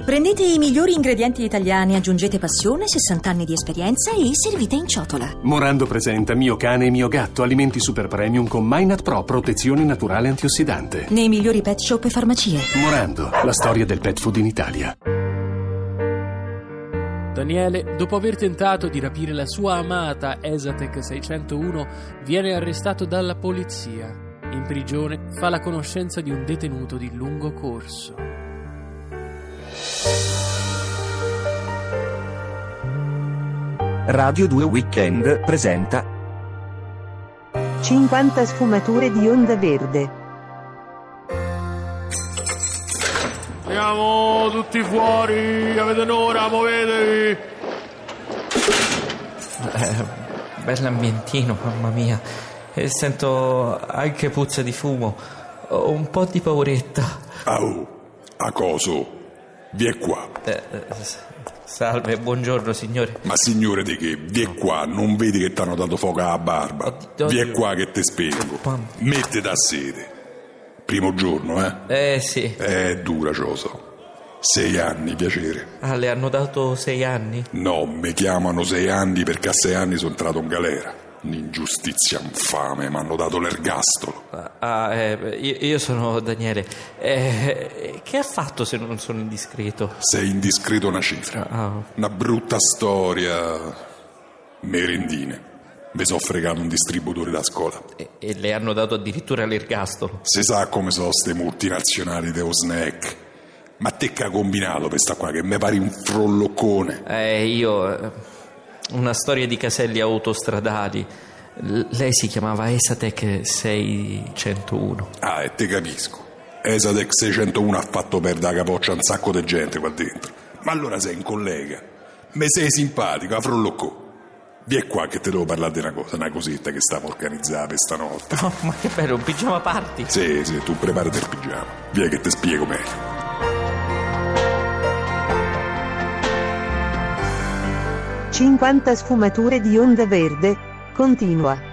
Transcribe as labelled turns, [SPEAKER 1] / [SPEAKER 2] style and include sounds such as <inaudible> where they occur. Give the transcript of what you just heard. [SPEAKER 1] Prendete i migliori ingredienti italiani, aggiungete passione, 60 anni di esperienza e servite in ciotola.
[SPEAKER 2] Morando presenta Mio cane e mio gatto, alimenti super premium con Minat Pro, protezione naturale antiossidante.
[SPEAKER 1] Nei migliori pet shop e farmacie.
[SPEAKER 2] Morando, la storia del pet food in Italia.
[SPEAKER 3] Daniele, dopo aver tentato di rapire la sua amata Esatec 601, viene arrestato dalla polizia. In prigione fa la conoscenza di un detenuto di lungo corso.
[SPEAKER 4] Radio 2 Weekend presenta
[SPEAKER 5] 50 sfumature di onda verde.
[SPEAKER 6] Siamo tutti fuori, avete un'ora, muovetevi!
[SPEAKER 7] Eh, Bell'ambientino, mamma mia. E sento anche puzza di fumo. Ho un po' di pauretta.
[SPEAKER 8] Au, a coso, vi è qua.
[SPEAKER 7] Eh, eh, s- salve, buongiorno signore.
[SPEAKER 8] Ma signore di che, vi è qua, non vedi che t'hanno dato fuoco alla barba.
[SPEAKER 7] Oddio.
[SPEAKER 8] Vi è qua che te spengo.
[SPEAKER 7] Pam.
[SPEAKER 8] Mettete a sete. Primo giorno, eh?
[SPEAKER 7] Eh sì,
[SPEAKER 8] È dura, ce lo so. Sei anni, piacere.
[SPEAKER 7] ah, le hanno dato sei anni.
[SPEAKER 8] No, mi chiamano sei anni perché a sei anni sono entrato in galera. Un'ingiustizia infame, mi hanno dato l'ergastolo.
[SPEAKER 7] Ah, eh, io, io sono Daniele. Eh, che ha fatto se non sono indiscreto?
[SPEAKER 8] Sei indiscreto una cifra.
[SPEAKER 7] Ah.
[SPEAKER 8] Una brutta storia. Merendine. Mi sono fregato un distributore da scuola.
[SPEAKER 7] E, e le hanno dato addirittura l'ergastolo.
[SPEAKER 8] Si sa come sono ste multinazionali dello snack. Ma te che ha combinato questa qua che mi pari un frolloccone.
[SPEAKER 7] Eh, io. eh, Una storia di caselli autostradali. L- lei si chiamava Esatec 601.
[SPEAKER 8] Ah, e te capisco. Esatec 601 ha fatto perdere la capoccia a un sacco di gente qua dentro. Ma allora sei un collega. Me sei simpatico, a frollocco. Vi è qua che te devo parlare di una cosa, una cosetta che stavo organizzando per stanotte.
[SPEAKER 7] Oh, <laughs> ma che bello, un pigiama party!
[SPEAKER 8] Sì, sì, tu preparati il pigiama. Via che ti spiego meglio.
[SPEAKER 5] Cinquanta sfumature di onda verde. Continua.